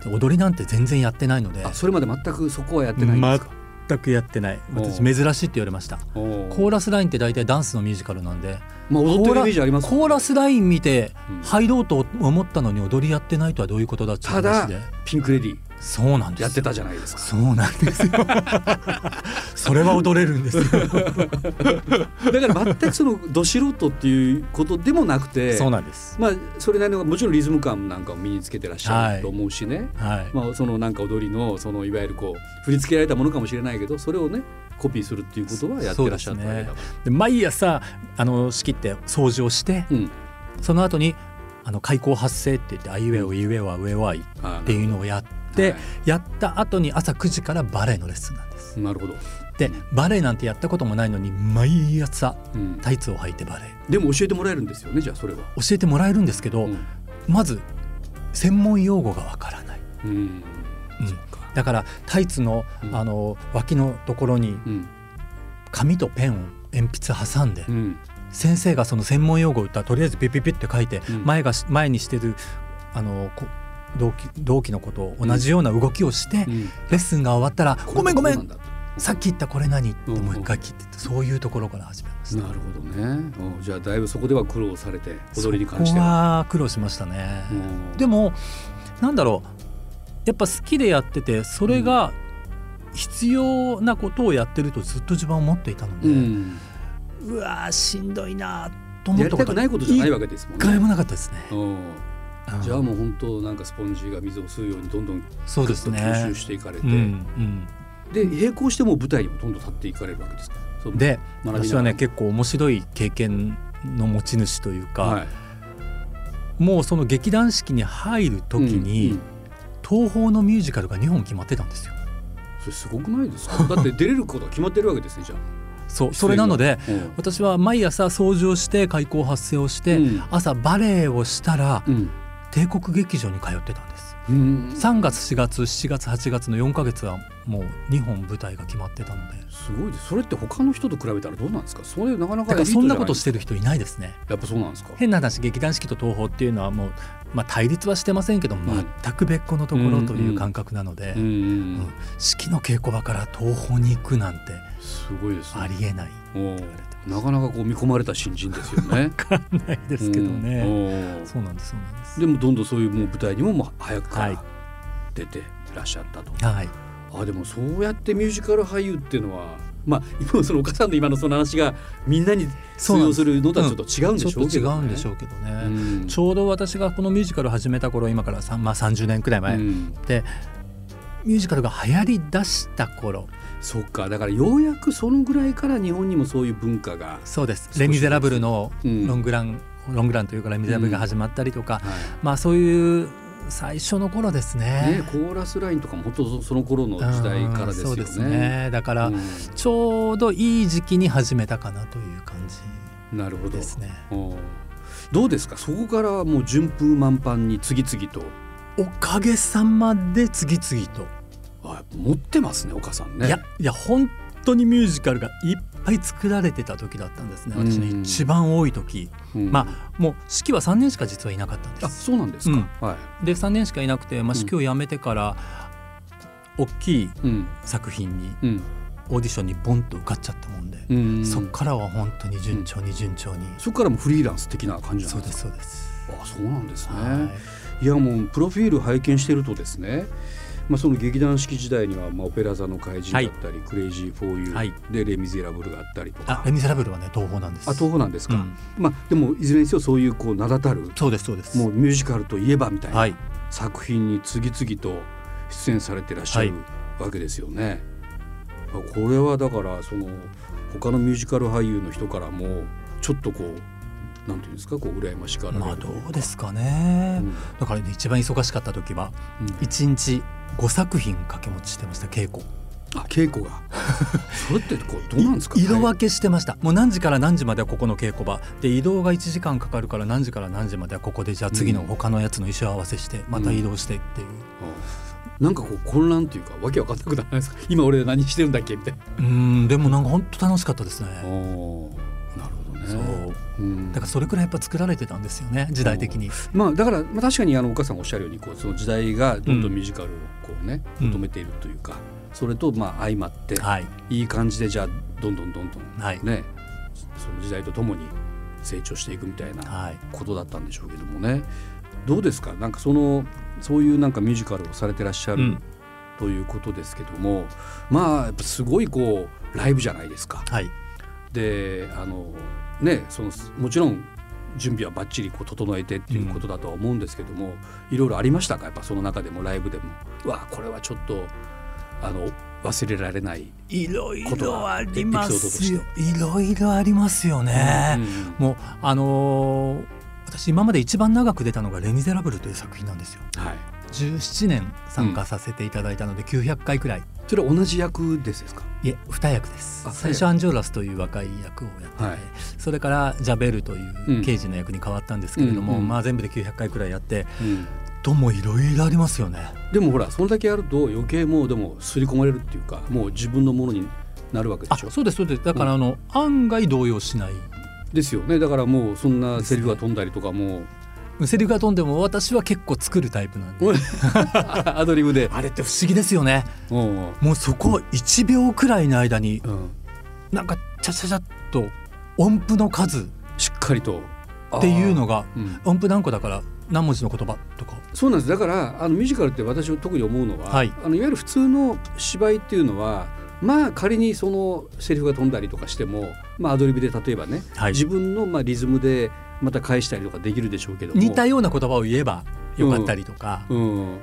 [SPEAKER 3] で踊りなんて全然やってないので
[SPEAKER 2] あそれまで全くそこはやってないんですか。
[SPEAKER 3] 全くやってない私
[SPEAKER 2] おう
[SPEAKER 3] 珍しいって言われました
[SPEAKER 2] おー
[SPEAKER 3] コーラスラインって大体ダンスのミュージカルなんで
[SPEAKER 2] まあ踊ってるイメージあります
[SPEAKER 3] コーラスライン見て
[SPEAKER 2] うん
[SPEAKER 3] 入ろうと思ったのに踊りやってないとはどういうことだってい
[SPEAKER 2] た
[SPEAKER 3] う話
[SPEAKER 2] だ
[SPEAKER 3] で
[SPEAKER 2] ピンクレディ
[SPEAKER 3] そうなんです
[SPEAKER 2] やってたじ
[SPEAKER 3] ゃん
[SPEAKER 2] ゃないですか。
[SPEAKER 3] そうなんですよそれは踊れるんですよ
[SPEAKER 2] だから全くそのど素人っていうことでもなくて、
[SPEAKER 3] そうなんです
[SPEAKER 2] まあそれなりのもちろんリズム感なんかを身につけてらっしゃ
[SPEAKER 3] はい
[SPEAKER 2] ると思うしね。
[SPEAKER 3] はい、
[SPEAKER 2] まあ、そのなんか踊りのそのいわゆるこう振り付けられたものかもしれないけどそれをねコピーするっていうことはやってらっしゃったわけだから、
[SPEAKER 3] で毎朝あの仕切って掃除をして
[SPEAKER 2] うん
[SPEAKER 3] その後にあの開口発声って言って「あいうえおいうえは上はい」っ
[SPEAKER 2] あー
[SPEAKER 3] ていうのをやって、やった後に朝9時からバレエのレッスンなんです。
[SPEAKER 2] なるほど、
[SPEAKER 3] でバレエなんてやったこともないのに毎朝
[SPEAKER 2] うん、
[SPEAKER 3] タイツを履いてバレエ
[SPEAKER 2] でも教えてもらえるんですよねじゃあそれは。
[SPEAKER 3] 教えてもらえるんですけど、
[SPEAKER 2] うん
[SPEAKER 3] まず専門用語がわからない。
[SPEAKER 2] うん
[SPEAKER 3] うん
[SPEAKER 2] そっか
[SPEAKER 3] だからタイツの,、
[SPEAKER 2] うん
[SPEAKER 3] あの脇のところに
[SPEAKER 2] うん
[SPEAKER 3] 紙とペンを鉛筆挟んで、
[SPEAKER 2] うん
[SPEAKER 3] 先生がその専門用語を言ったらとりあえずピピピって書いて、
[SPEAKER 2] うん
[SPEAKER 3] 前がし前にしてるあのこ同期同期のことを同じような動きをして、
[SPEAKER 2] うん
[SPEAKER 3] レッスンが終わったら「ごめんごめ
[SPEAKER 2] こうんなだ
[SPEAKER 3] さっき言ったこれ何?」っ
[SPEAKER 2] う
[SPEAKER 3] て
[SPEAKER 2] んうん
[SPEAKER 3] もう一回聞いててそういうところから始めました。
[SPEAKER 2] なるほどねうんじゃあだいぶそこでは苦労されて踊りに関し
[SPEAKER 3] そ
[SPEAKER 2] て
[SPEAKER 3] こ
[SPEAKER 2] は。
[SPEAKER 3] は苦労しましたね。
[SPEAKER 2] うん
[SPEAKER 3] でもなんだろうやっぱ好きでやっててそれが必要なことをやってるとずっと自分は思っていたので、
[SPEAKER 2] う
[SPEAKER 3] うんわーしんどいなーと思っ
[SPEAKER 2] やり
[SPEAKER 3] た
[SPEAKER 2] た
[SPEAKER 3] こと
[SPEAKER 2] く
[SPEAKER 3] は
[SPEAKER 2] ないことじゃないわけですもん
[SPEAKER 3] 一回
[SPEAKER 2] ね。
[SPEAKER 3] もなかったですね。
[SPEAKER 2] うん
[SPEAKER 3] うん
[SPEAKER 2] じゃあもう本当なんかスポンジが水を吸うようにどんどん
[SPEAKER 3] そうですね。
[SPEAKER 2] 吸収していかれて、
[SPEAKER 3] うんうん
[SPEAKER 2] で並行してもう舞台にもどんどん立っていかれるわけですか。そう
[SPEAKER 3] で
[SPEAKER 2] 学びながら
[SPEAKER 3] 私はね結構面白い経験の持ち主というか、
[SPEAKER 2] はい
[SPEAKER 3] もうその劇団四季に入る時に、
[SPEAKER 2] うんうん
[SPEAKER 3] 東宝のミュージカルが2本決まってたんですよ。
[SPEAKER 2] それすごくないですか。だって出れることが決まってるわけですねじゃあ。
[SPEAKER 3] そうそれなので
[SPEAKER 2] うん
[SPEAKER 3] 私は毎朝掃除をして開口発声をして、
[SPEAKER 2] うん
[SPEAKER 3] 朝バレエをしたら
[SPEAKER 2] うん
[SPEAKER 3] 帝国劇場に通ってたんです。
[SPEAKER 2] うん
[SPEAKER 3] 3月4月7月8月の4ヶ月はもう2本舞台が決まってたのです
[SPEAKER 2] ごいです。それって他の人と比べたらどうなんですか。それなかなか。
[SPEAKER 3] だからそんなことしててる人いないですね。
[SPEAKER 2] やっぱそうなんですか。
[SPEAKER 3] 変な話劇団四季と東宝っていうのはもう、まあ、対立はしてませんけど、
[SPEAKER 2] ん
[SPEAKER 3] 全く別個のところという感覚なので、
[SPEAKER 2] うんうん
[SPEAKER 3] うん四季の稽古場から東宝に行くなんて
[SPEAKER 2] すごいですね。
[SPEAKER 3] ありえない
[SPEAKER 2] お
[SPEAKER 3] 言われて
[SPEAKER 2] ーなかなかこう見込まれた新人です
[SPEAKER 3] (laughs)
[SPEAKER 2] よね。
[SPEAKER 3] ないですけどね、
[SPEAKER 2] うんおー
[SPEAKER 3] そうなんですそうなんです
[SPEAKER 2] でもどんどんそういうもう舞台にももう早くか
[SPEAKER 3] はい
[SPEAKER 2] ら出ていらっしゃったと。
[SPEAKER 3] はい
[SPEAKER 2] あでもそうやってミュージカル俳優っていうのはまあ今のそのお母さんの今のその話がみんなに通用するのとはちょっと違うん
[SPEAKER 3] ち
[SPEAKER 2] で
[SPEAKER 3] ょっ
[SPEAKER 2] し
[SPEAKER 3] と
[SPEAKER 2] ょうけ
[SPEAKER 3] 違
[SPEAKER 2] ど、ね、
[SPEAKER 3] うんでしょうけどね、
[SPEAKER 2] うん
[SPEAKER 3] ちょうど私がこのミュージカルを始めた頃今からさん、まあ、30年くらい前、
[SPEAKER 2] うん
[SPEAKER 3] でミュージカルが流行りだした頃
[SPEAKER 2] そっかだからようやくそのぐらいから日本にもそういう文化が、
[SPEAKER 3] そうです
[SPEAKER 2] 少し
[SPEAKER 3] 「レ・ミゼラブル」の
[SPEAKER 2] うん
[SPEAKER 3] ロングラン、ロングランというか「レ・ミゼラブル」が始まったりとか、
[SPEAKER 2] はい
[SPEAKER 3] まあそういう最初の頃です
[SPEAKER 2] ね
[SPEAKER 3] ね。、
[SPEAKER 2] コーラスラインとかも本当そその頃の時代からです
[SPEAKER 3] う
[SPEAKER 2] よ
[SPEAKER 3] んそう
[SPEAKER 2] ね。
[SPEAKER 3] ですねだから、
[SPEAKER 2] う
[SPEAKER 3] ちょうどいい時期に始めたかなという感じ
[SPEAKER 2] んなるほど
[SPEAKER 3] ですね。
[SPEAKER 2] うんどうですかそこからもう順風満帆に次々と
[SPEAKER 3] おかげさまで次々と、
[SPEAKER 2] あ持ってますね岡さんね。
[SPEAKER 3] いやいや本当にミュージカルがいっぱい作られてた時だったんですね私の
[SPEAKER 2] うん
[SPEAKER 3] 一番多い時、
[SPEAKER 2] うん
[SPEAKER 3] まあもう式は3年しか実はいなかったんで
[SPEAKER 2] あ
[SPEAKER 3] す
[SPEAKER 2] そうなんですか、
[SPEAKER 3] うん
[SPEAKER 2] はい、
[SPEAKER 3] で3年しかいなくて、まあ、式を辞めてから、大きい
[SPEAKER 2] うん
[SPEAKER 3] 作品に
[SPEAKER 2] うん
[SPEAKER 3] オーディションにボンと受かっちゃったもんで、
[SPEAKER 2] うん、
[SPEAKER 3] そっからは本当に順調に順調に、
[SPEAKER 2] そっからもフリーランス的な感じな
[SPEAKER 3] そ
[SPEAKER 2] ん
[SPEAKER 3] う
[SPEAKER 2] で
[SPEAKER 3] ですすそうです、
[SPEAKER 2] かあそうなんですね、
[SPEAKER 3] はい
[SPEAKER 2] い、やもうプロフィール拝見してるとですねまあ、その劇団四季時代には、まあ、オペラ座の怪人だったり、クレイジー・フォー・ユー、
[SPEAKER 3] はい
[SPEAKER 2] でレ・ミゼラブルがあったりとか
[SPEAKER 3] あレ・ミゼラブルはね東宝なんです
[SPEAKER 2] あ東宝なんですか、
[SPEAKER 3] うん
[SPEAKER 2] まあでもいずれにせよそういうこう名だたる
[SPEAKER 3] そうですそうです
[SPEAKER 2] もうミュージカルといえばみたい
[SPEAKER 3] は
[SPEAKER 2] ない作品に次々と出演されてらっしゃるわけですよね。これはだからその他のミュージカル俳優の人からもちょっとこうなんていうんですかこう羨ましかられる
[SPEAKER 3] まあどうですかね、
[SPEAKER 2] うん
[SPEAKER 3] だからね一番忙しかった時は
[SPEAKER 2] うん
[SPEAKER 3] 一日5作品掛け持ちしてました稽古
[SPEAKER 2] あ稽古が (laughs) それってこうどうなんですか
[SPEAKER 3] い色分けしてましたもう何時から何時まではここの稽古場で移動が1時間かかるから何時から何時まではここでじゃあ次の他のやつの衣装合わせしてまた移動してっていう、
[SPEAKER 2] うんなんかこう混乱というかわけわかんなくならないですか今俺何してるんだっけみたいな。
[SPEAKER 3] うーんでもなんか本当楽しかったですね、
[SPEAKER 2] おーなるほどね
[SPEAKER 3] そう
[SPEAKER 2] うん
[SPEAKER 3] だからそれくらいやっぱ作られてたんですよね時代的に、
[SPEAKER 2] まあ、だから、まあ、確かにあのお母さんがおっしゃるようにこうその時代がどんどんミュージカルをこう、ね
[SPEAKER 3] うん
[SPEAKER 2] 求めているというか、それとまあ相まって、
[SPEAKER 3] はい
[SPEAKER 2] い、い感じでじゃあどんどんどんどん、ね
[SPEAKER 3] はい
[SPEAKER 2] その時代とともに成長していくみたいな
[SPEAKER 3] はい
[SPEAKER 2] ことだったんでしょうけどもねどうですかなんかそのそういうなんかミュージカルをされてらっしゃ
[SPEAKER 3] う
[SPEAKER 2] る、
[SPEAKER 3] ん
[SPEAKER 2] ということですけどもまあやっぱすごいこうライブじゃないですか。
[SPEAKER 3] はい
[SPEAKER 2] であのねそのもちろん準備はばっちりこう整えてっていうことだとは思うんですけども、いろいろありましたかやっぱその中でもライブでもうわあこれはちょっとあの忘れられない、
[SPEAKER 3] いろいろあ
[SPEAKER 2] こ
[SPEAKER 3] り
[SPEAKER 2] とが
[SPEAKER 3] ま
[SPEAKER 2] エピソードと
[SPEAKER 3] す
[SPEAKER 2] し
[SPEAKER 3] よいろいろありますよね、もうあのー私今まで一番長く出たのが「レ・ミゼラブル」という作品なんですよ
[SPEAKER 2] うんはい
[SPEAKER 3] 17年参加させていただいたので900回くらい、
[SPEAKER 2] それは同じ役ですですか
[SPEAKER 3] いえ2役です
[SPEAKER 2] あ
[SPEAKER 3] 最
[SPEAKER 2] 二
[SPEAKER 3] 初
[SPEAKER 2] 役
[SPEAKER 3] アンジョーラスという若い役をやって、
[SPEAKER 2] はい
[SPEAKER 3] それからジャベルと
[SPEAKER 2] う
[SPEAKER 3] い
[SPEAKER 2] ん
[SPEAKER 3] う刑事の役に変わったんですけれども、
[SPEAKER 2] うんうん
[SPEAKER 3] まあ、全部で900回くらいやって
[SPEAKER 2] うん
[SPEAKER 3] どうもいろいろありますよね
[SPEAKER 2] でもほらそれだけやると余計もうでも刷り込まれるっていうかもう自分のものになるわけで
[SPEAKER 3] あ
[SPEAKER 2] しょ
[SPEAKER 3] そうですそうですだからあの、案外動揺しない
[SPEAKER 2] ですよねだからもうそんなセリフが飛んだりとかも
[SPEAKER 3] セリフが飛んでも私は結構作るタイプなんで
[SPEAKER 2] う (laughs) アドリブで。
[SPEAKER 3] あれって不思議ですよね
[SPEAKER 2] うん
[SPEAKER 3] もうそこ1秒くらいの間に
[SPEAKER 2] うん
[SPEAKER 3] なんかちゃちゃちゃっと音符の数
[SPEAKER 2] しっかりと
[SPEAKER 3] っていうの
[SPEAKER 2] が、
[SPEAKER 3] が
[SPEAKER 2] うん
[SPEAKER 3] 音符何個だから何文字の言葉とか
[SPEAKER 2] そうなんですだからあのミュージカルって私は特に思うのは、
[SPEAKER 3] はい
[SPEAKER 2] あのいわゆる普通の芝居っていうのはまあ仮にそのセリフが飛んだりとかしても、まあ、アドリブで例えばね、
[SPEAKER 3] はい
[SPEAKER 2] 自分のまあリズムでまた返したりとかできるでしょうけども
[SPEAKER 3] 似たような言葉を言えばよかったりとか、
[SPEAKER 2] うん、
[SPEAKER 3] うん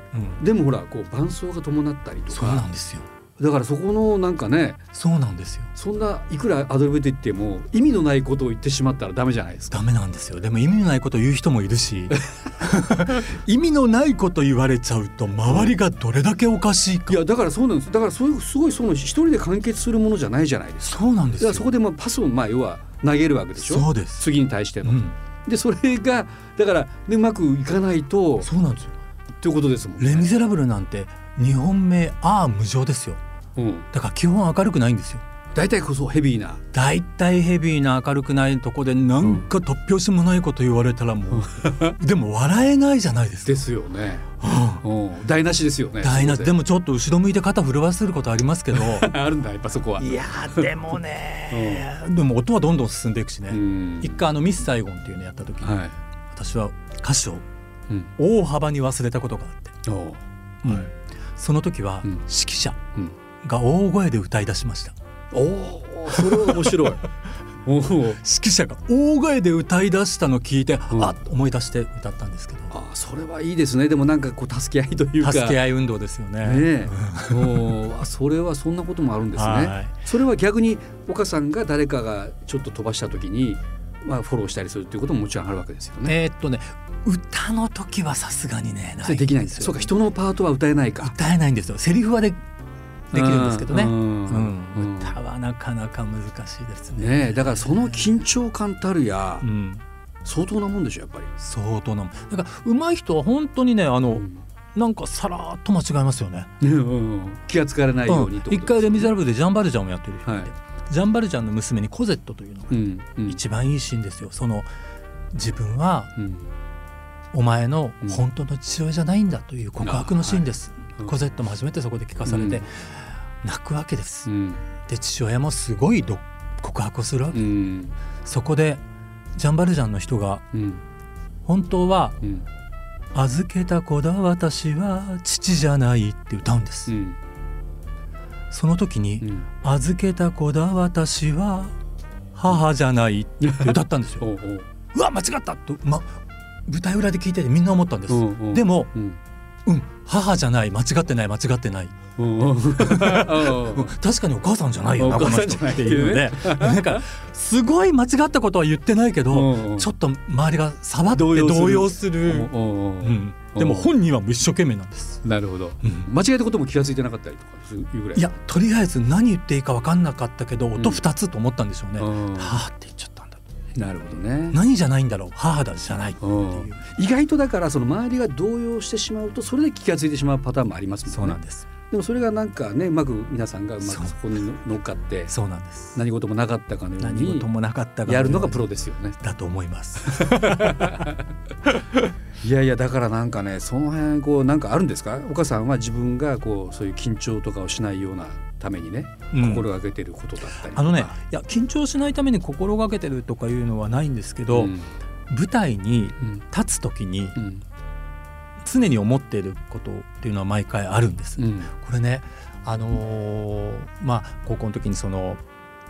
[SPEAKER 2] でもほらこう伴奏が伴ったりと
[SPEAKER 3] そうな
[SPEAKER 2] か
[SPEAKER 3] んですよ
[SPEAKER 2] だからそこのなんかね
[SPEAKER 3] そうなんですよ
[SPEAKER 2] そんないくらアドリブで言っても意味のないことを言ってしまったらダメじゃないですか。
[SPEAKER 3] ダメなんですよでも意味のないことを言う人もい
[SPEAKER 2] (laughs)
[SPEAKER 3] るし意味のないこと言われちゃうと周りがどれだけおかしいか、
[SPEAKER 2] いやだからそうなんですだからそういうすごいその一人で完結するものじゃないじゃないですか
[SPEAKER 3] そうなんで
[SPEAKER 2] だ
[SPEAKER 3] す
[SPEAKER 2] か
[SPEAKER 3] よ
[SPEAKER 2] らそこでまあパスをまあ要は投げるわけでしょ
[SPEAKER 3] そうです、
[SPEAKER 2] 次に対して
[SPEAKER 3] う
[SPEAKER 2] の。
[SPEAKER 3] ん、
[SPEAKER 2] でそれがだからでうまくいかないと
[SPEAKER 3] そうなんですよ
[SPEAKER 2] ということですも
[SPEAKER 3] 「
[SPEAKER 2] んね。
[SPEAKER 3] レ・ミゼラブル」なんて日本名「ああ無情」ですよ
[SPEAKER 2] うん、
[SPEAKER 3] だから基本明るくないんですよ
[SPEAKER 2] 大体こそヘビーな
[SPEAKER 3] だいたいヘビーな明るくないとこでなんか突拍子もないこと言われたらもう (laughs) でも笑えないじゃないですか。
[SPEAKER 2] ですよね。うん、台無しですよ (laughs) ね。
[SPEAKER 3] ダイナ
[SPEAKER 2] そこ
[SPEAKER 3] でもちょっと後ろ向いて肩震わせることありますけど
[SPEAKER 2] あるんだやっぱそこは。
[SPEAKER 3] (laughs) いやーでもね、でも音はどんどん進んでいくしね、
[SPEAKER 2] うん
[SPEAKER 3] 一回あのミス・サイゴンっていうのやった時、
[SPEAKER 2] はい。
[SPEAKER 3] 私は歌詞を
[SPEAKER 2] うん。
[SPEAKER 3] 大幅に忘れたことがあって、
[SPEAKER 2] おう
[SPEAKER 3] その時は
[SPEAKER 2] うん
[SPEAKER 3] 指揮者
[SPEAKER 2] うん
[SPEAKER 3] が大声で歌い出しました、
[SPEAKER 2] おおそれは面白い (laughs) おお
[SPEAKER 3] 指揮者が大声で歌い出したのを聞いて、
[SPEAKER 2] ん
[SPEAKER 3] あ思い出して歌ったんですけど
[SPEAKER 2] あそれはいいですねでもなんかこう助け合いというか
[SPEAKER 3] 助け合い運動ですよね
[SPEAKER 2] ねえ、おそれはそんなこともあるんです
[SPEAKER 3] は
[SPEAKER 2] ね。それは逆に岡さんが誰かがちょっと飛ばした時に、まあ、フォローしたりするっていうことももちろんあるわけですよね。
[SPEAKER 3] えーっとね歌の時はさすがにね
[SPEAKER 2] それできないんですよ。そうか人のパートは歌えないか。
[SPEAKER 3] 歌えないんですよセリフはでできるんですけどね、
[SPEAKER 2] う
[SPEAKER 3] うん
[SPEAKER 2] んうん
[SPEAKER 3] 歌はなかなか難しいですね
[SPEAKER 2] ねえだからその緊張感たるや
[SPEAKER 3] うん、
[SPEAKER 2] 相当なもんでしょやっぱり。
[SPEAKER 3] 相当なもんだから上手い人は本当にねあの、
[SPEAKER 2] ん
[SPEAKER 3] なんかさらっと間違えますよね
[SPEAKER 2] うん気がつかれないようにって
[SPEAKER 3] うん、
[SPEAKER 2] こ
[SPEAKER 3] 一
[SPEAKER 2] とで
[SPEAKER 3] 回
[SPEAKER 2] す
[SPEAKER 3] レ・
[SPEAKER 2] ね
[SPEAKER 3] ミゼラブルでジャン・バルジャンをやってる人がいて、
[SPEAKER 2] は
[SPEAKER 3] ジャン・バルジャンの娘にコゼットというのが
[SPEAKER 2] うんうん
[SPEAKER 3] 一番いいシーンですよその自分は
[SPEAKER 2] うん
[SPEAKER 3] お前の本当の父親じゃないんだという告白のシーンです、
[SPEAKER 2] うん
[SPEAKER 3] コゼットも初めてそこで聞かされて、
[SPEAKER 2] うん
[SPEAKER 3] 泣くわけです、
[SPEAKER 2] うん
[SPEAKER 3] で父親もすごいど告白をするわけ、
[SPEAKER 2] うん
[SPEAKER 3] そこでジャン・バルジャンの人が
[SPEAKER 2] うん
[SPEAKER 3] 本当は
[SPEAKER 2] うん
[SPEAKER 3] 「預けた子だ私は父じゃない」って歌うんです、
[SPEAKER 2] うん
[SPEAKER 3] その時に、
[SPEAKER 2] うん
[SPEAKER 3] 預けた子だ私は母じゃない」って歌ったんですよ。
[SPEAKER 2] おうおう
[SPEAKER 3] うわ間違ったと、ま、舞台裏で聞いててみんな思ったんです。
[SPEAKER 2] うんうん
[SPEAKER 3] でも
[SPEAKER 2] うん
[SPEAKER 3] うん母じゃない間違ってない間違ってない、
[SPEAKER 2] うんうん
[SPEAKER 3] うん確かにお母さんじゃないよな
[SPEAKER 2] お
[SPEAKER 3] こ
[SPEAKER 2] 母
[SPEAKER 3] の
[SPEAKER 2] さんじ
[SPEAKER 3] 人
[SPEAKER 2] ゃない
[SPEAKER 3] っていうのでなんかすごい間違ったことは言ってないけど、
[SPEAKER 2] うんうん
[SPEAKER 3] ちょっと周りが触って
[SPEAKER 2] 動
[SPEAKER 3] 動
[SPEAKER 2] 揺
[SPEAKER 3] 揺
[SPEAKER 2] する
[SPEAKER 3] する
[SPEAKER 2] おうおうおう
[SPEAKER 3] うん、でも本人はもう一生懸命なんです。
[SPEAKER 2] なるほど、
[SPEAKER 3] ん
[SPEAKER 2] 間違えたことも気が付いてなかったりとかいうぐらい
[SPEAKER 3] いやとりあえず何言っていいか分かんなかったけど音2つと思ったんでしょうね。
[SPEAKER 2] う
[SPEAKER 3] は
[SPEAKER 2] ん
[SPEAKER 3] あって言っちゃったんだ
[SPEAKER 2] なるほどね
[SPEAKER 3] 何じゃないんだろう母だじゃないっていううん
[SPEAKER 2] 意外とだからその周りが動揺してしまうとそれで気が付いてしまうパターンもありますもんね
[SPEAKER 3] そうなんです
[SPEAKER 2] でもそれがなんかねうまく皆さんがうまく
[SPEAKER 3] そう
[SPEAKER 2] そこに乗っかって
[SPEAKER 3] そうなんです
[SPEAKER 2] 何事もなかったかのよう
[SPEAKER 3] 何
[SPEAKER 2] に
[SPEAKER 3] 事もなかったが
[SPEAKER 2] やるのがプロですよね
[SPEAKER 3] だと思います
[SPEAKER 2] いやいやだからなんかねその辺こうなんかあるんですか岡さんは自分がこうそういう緊張とかをしないようなためにね、
[SPEAKER 3] うん
[SPEAKER 2] 心がけてることだったりとか
[SPEAKER 3] あのねいや緊張しないために心がけてるとかいうのはないんですけ
[SPEAKER 2] う
[SPEAKER 3] ど、
[SPEAKER 2] ん
[SPEAKER 3] 舞台に
[SPEAKER 2] うん
[SPEAKER 3] 立つ時に
[SPEAKER 2] うん
[SPEAKER 3] 常に思っていることっていうのは毎回あるんです、
[SPEAKER 2] うん
[SPEAKER 3] これねあのーまあ高校の時にその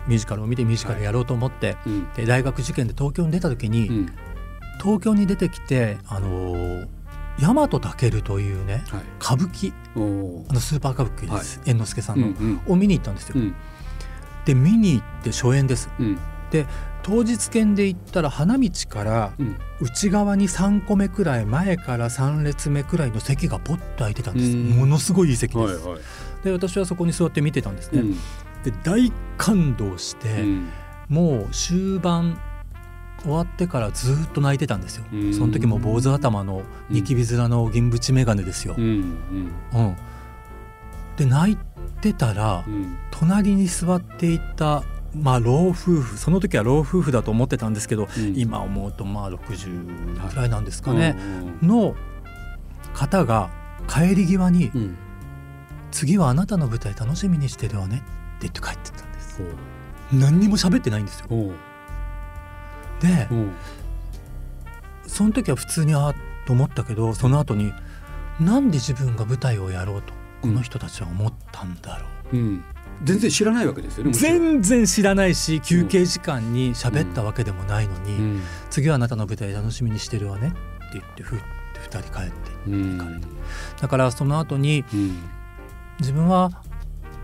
[SPEAKER 3] ミュージカルを見てミュージカルやろうと思って、
[SPEAKER 2] うん
[SPEAKER 3] で大学受験で東京に出た時に、
[SPEAKER 2] うん
[SPEAKER 3] 東京に出てきてあのー大和健というね
[SPEAKER 2] はい
[SPEAKER 3] 歌舞伎
[SPEAKER 2] おお
[SPEAKER 3] あのスーパー歌舞伎です、猿之助さんの、
[SPEAKER 2] ん
[SPEAKER 3] を見に行ったんですよ、
[SPEAKER 2] うん
[SPEAKER 3] で見に行って初演です
[SPEAKER 2] うん
[SPEAKER 3] 当日券で行ったら花道から
[SPEAKER 2] うん
[SPEAKER 3] 内側に3個目くらい前から3列目くらいの席がポッと空いてたんです
[SPEAKER 2] うん
[SPEAKER 3] ものすごいいい席です、
[SPEAKER 2] はいはい
[SPEAKER 3] で私はそこに座って見てたんですね、
[SPEAKER 2] うん
[SPEAKER 3] で大感動して、
[SPEAKER 2] うん
[SPEAKER 3] もう終盤終わってからずっと泣いてたんですよ
[SPEAKER 2] うん
[SPEAKER 3] その時も坊主頭のニキビ面の銀縁眼鏡ですよ、
[SPEAKER 2] うんうん
[SPEAKER 3] うん、で泣いてたら、
[SPEAKER 2] うん
[SPEAKER 3] 隣に座っていた、まあ、老夫婦その時は老夫婦だと思ってたんですけど、
[SPEAKER 2] うん
[SPEAKER 3] 今思うとまあ60くらいなんですかね、
[SPEAKER 2] うん
[SPEAKER 3] の方が帰り際に
[SPEAKER 2] うん
[SPEAKER 3] 「次はあなたの舞台楽しみにしてるわね」って言って帰ってったんです
[SPEAKER 2] ほ
[SPEAKER 3] 何にも喋ってないんですよ
[SPEAKER 2] うほう
[SPEAKER 3] で
[SPEAKER 2] ほう
[SPEAKER 3] その時は普通にああと思ったけどその後になんで自分が舞台をやろうとこの人たちは思ったんだろう、
[SPEAKER 2] うん全然知らないわけですよねもちろん
[SPEAKER 3] 全然知らないし休憩時間に喋ったわけでもないのに、
[SPEAKER 2] うん
[SPEAKER 3] 次はあなたの舞台楽しみにしてるわねって言ってふって二人帰って
[SPEAKER 2] うん
[SPEAKER 3] だからその後に
[SPEAKER 2] うん
[SPEAKER 3] 自分は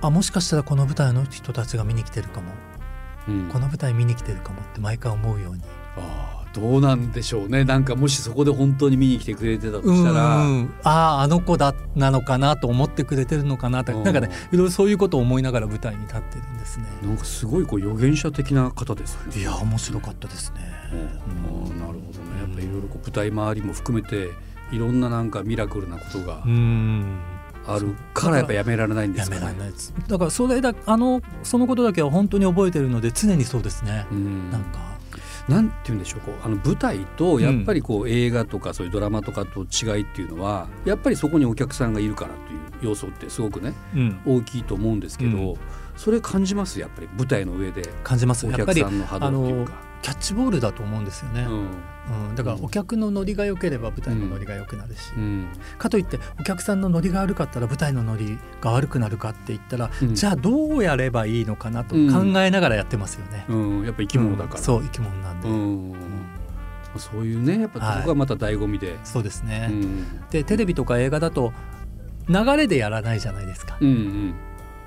[SPEAKER 3] あもしかしたらこの舞台の人たちが見に来てるかも
[SPEAKER 2] うん
[SPEAKER 3] この舞台見に来てるかもって毎回思うように
[SPEAKER 2] ああどうなんでしょうねなんかもしそこで本当に見に来てくれてたとした
[SPEAKER 3] う
[SPEAKER 2] ら
[SPEAKER 3] んあああの子だなのかなと思ってくれてるのかなって
[SPEAKER 2] うん
[SPEAKER 3] なんかねいろいろそういうことを思いながら舞台に立ってるんですね
[SPEAKER 2] なんかすごいこう予言者的な方ですよね
[SPEAKER 3] いや面白かったですね
[SPEAKER 2] うんなるほどねやっぱいろいろこう舞台周りも含めていろんななんかミラクルなことが
[SPEAKER 3] うん
[SPEAKER 2] あるからやっぱやめられないんで
[SPEAKER 3] や
[SPEAKER 2] す
[SPEAKER 3] め
[SPEAKER 2] からね
[SPEAKER 3] れないですだからそれだあのそのことだけは本当に覚えてるので常にそうですね
[SPEAKER 2] う、ん
[SPEAKER 3] なんか
[SPEAKER 2] なんて言うんでしょうこうあの舞台とやっぱりこう映画とかそういうドラマとかと違いっていうのはやっぱりそこにお客さんがいるからという要素ってすごくね
[SPEAKER 3] うん
[SPEAKER 2] 大きいと思うんですけど、
[SPEAKER 3] う
[SPEAKER 2] それ感じますやっぱり舞台の上で
[SPEAKER 3] 感じます
[SPEAKER 2] お
[SPEAKER 3] やっ
[SPEAKER 2] 客
[SPEAKER 3] ぱり
[SPEAKER 2] さんの波動っていうか。
[SPEAKER 3] キャッチボールだと思うんですよね、
[SPEAKER 2] うん
[SPEAKER 3] うん、だからお客のノリが良ければ舞台のノリが良くなるし、
[SPEAKER 2] うん
[SPEAKER 3] かといってお客さんのノリが悪かったら舞台のノリが悪くなるかって言ったら、
[SPEAKER 2] うん
[SPEAKER 3] じゃあどうやればいいのかなと考えながらやってますよね。
[SPEAKER 2] うん、やっぱ生き物だから、
[SPEAKER 3] うんそう生き物なんで、
[SPEAKER 2] うんそういうねやっぱ
[SPEAKER 3] はい
[SPEAKER 2] そこがまた醍醐味で、
[SPEAKER 3] そうですね、
[SPEAKER 2] うん
[SPEAKER 3] でテレビとか映画だと流れでやらないじゃないですか。
[SPEAKER 2] うんうん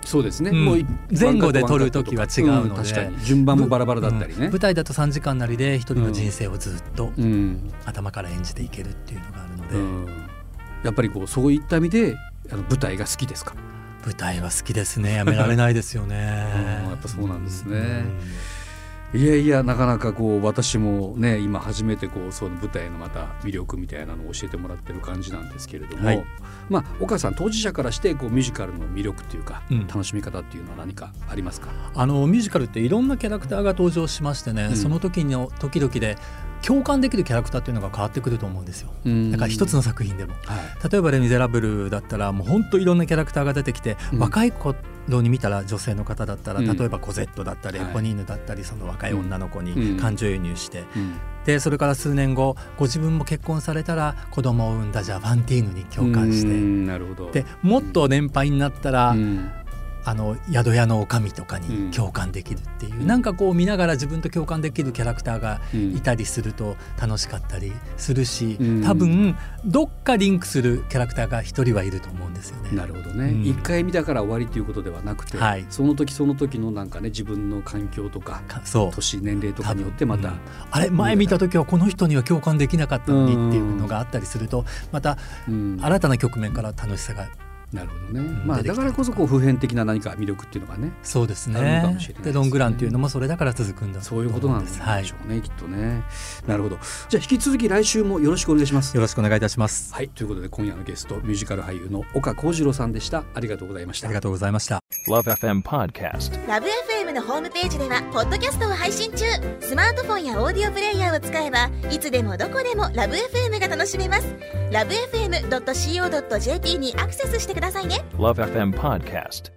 [SPEAKER 2] そうですね、
[SPEAKER 3] うん
[SPEAKER 2] もう
[SPEAKER 3] 前後で
[SPEAKER 2] ワンカット
[SPEAKER 3] 撮る時は違うので
[SPEAKER 2] ワンカットとかん確かに順番もバラバラだったり
[SPEAKER 3] うん
[SPEAKER 2] ね
[SPEAKER 3] 舞台だと3時間なりで一人の人生をずっと
[SPEAKER 2] うん、
[SPEAKER 3] 頭から演じていけるっていうのがあるので、
[SPEAKER 2] うんやっぱりこうそういった意味であの舞台が好きですか
[SPEAKER 3] 舞台は好きですねやめられないですよね
[SPEAKER 2] うんやっぱそうなんですねいやいやなかなかこう私もね今初めてこうその舞台のまた魅力みたいなのを教えてもらってる感じなんですけれども、
[SPEAKER 3] はい
[SPEAKER 2] まあ岡さん当事者からしてこうミュージカルの魅力というか、
[SPEAKER 3] うん
[SPEAKER 2] 楽しみ方っていうのは何かありますか、
[SPEAKER 3] あのミュージカルっていろんなキャラクターが登場しましてね、
[SPEAKER 2] うん
[SPEAKER 3] その時の時々で共感できるキャラクターっていうのが変わってくると思うんですよ
[SPEAKER 2] うん
[SPEAKER 3] だから一つの作品でも
[SPEAKER 2] はい
[SPEAKER 3] 例えば「レ・ミゼラブル」だったらもうほんといろんなキャラクターが出てきて、
[SPEAKER 2] うん
[SPEAKER 3] 若い頃に見たら女性の方だったら
[SPEAKER 2] うん
[SPEAKER 3] 例えばコゼットだったり、
[SPEAKER 2] はい
[SPEAKER 3] エポニーヌだったりその若い女の子
[SPEAKER 2] う
[SPEAKER 3] に
[SPEAKER 2] ん
[SPEAKER 3] 感情移入して、
[SPEAKER 2] うん
[SPEAKER 3] でそれから数年後ご自分も結婚されたら子供を産んだジャバンティーヌに共感し
[SPEAKER 2] う
[SPEAKER 3] て
[SPEAKER 2] んなるほど
[SPEAKER 3] でもっと年配になったら、
[SPEAKER 2] うん
[SPEAKER 3] あの宿屋の女将とか
[SPEAKER 2] うん
[SPEAKER 3] に共感できるっていう、
[SPEAKER 2] うん
[SPEAKER 3] なんかこう見ながら自分と共感できるキャラクターが
[SPEAKER 2] うん
[SPEAKER 3] いたりすると楽しかったりするし、
[SPEAKER 2] うん
[SPEAKER 3] 多分どっかリンクするキャラクターが一人はいると思うんですよね。
[SPEAKER 2] なるほどね、
[SPEAKER 3] うん
[SPEAKER 2] 一回見たから終わりということではなくて、
[SPEAKER 3] はい
[SPEAKER 2] その時その時のなんかね自分の環境とか
[SPEAKER 3] かそう
[SPEAKER 2] 年年齢とかによってまた、
[SPEAKER 3] うんあれ前見た時はこの人には共感できなかったのにっていうのがあったりするとまた
[SPEAKER 2] うん
[SPEAKER 3] 新たな局面から楽しさが
[SPEAKER 2] なるほどね、
[SPEAKER 3] ん
[SPEAKER 2] まあ
[SPEAKER 3] 出て
[SPEAKER 2] だ
[SPEAKER 3] きた
[SPEAKER 2] からこそこう普遍的な何か魅力っていうのがね
[SPEAKER 3] そうです
[SPEAKER 2] あるの
[SPEAKER 3] ね
[SPEAKER 2] かもしれないですね
[SPEAKER 3] でロングランっていうのもそれだから続くんだと
[SPEAKER 2] そ
[SPEAKER 3] 思
[SPEAKER 2] ういうことなんでしょ
[SPEAKER 3] はい、よ
[SPEAKER 2] うね、きっとねなるほどじゃあ引き続き来週もよろしくお願いします
[SPEAKER 3] ろしくお願いいたします。
[SPEAKER 2] はいということで今夜のゲストミュージカル俳優の岡幸次郎さんでしたありがとうございまし
[SPEAKER 3] あ
[SPEAKER 2] た
[SPEAKER 3] りがとうございました。
[SPEAKER 4] Love FM Podcast.
[SPEAKER 5] ラブ f m のホームページではポッドキャストを配信中スマートフォンやオーディオプレイヤーを使えばいつでもどこでもラブ f m が楽しめますラブ FM.co.jp にアクセスしてくださいね
[SPEAKER 4] Love FM Podcast.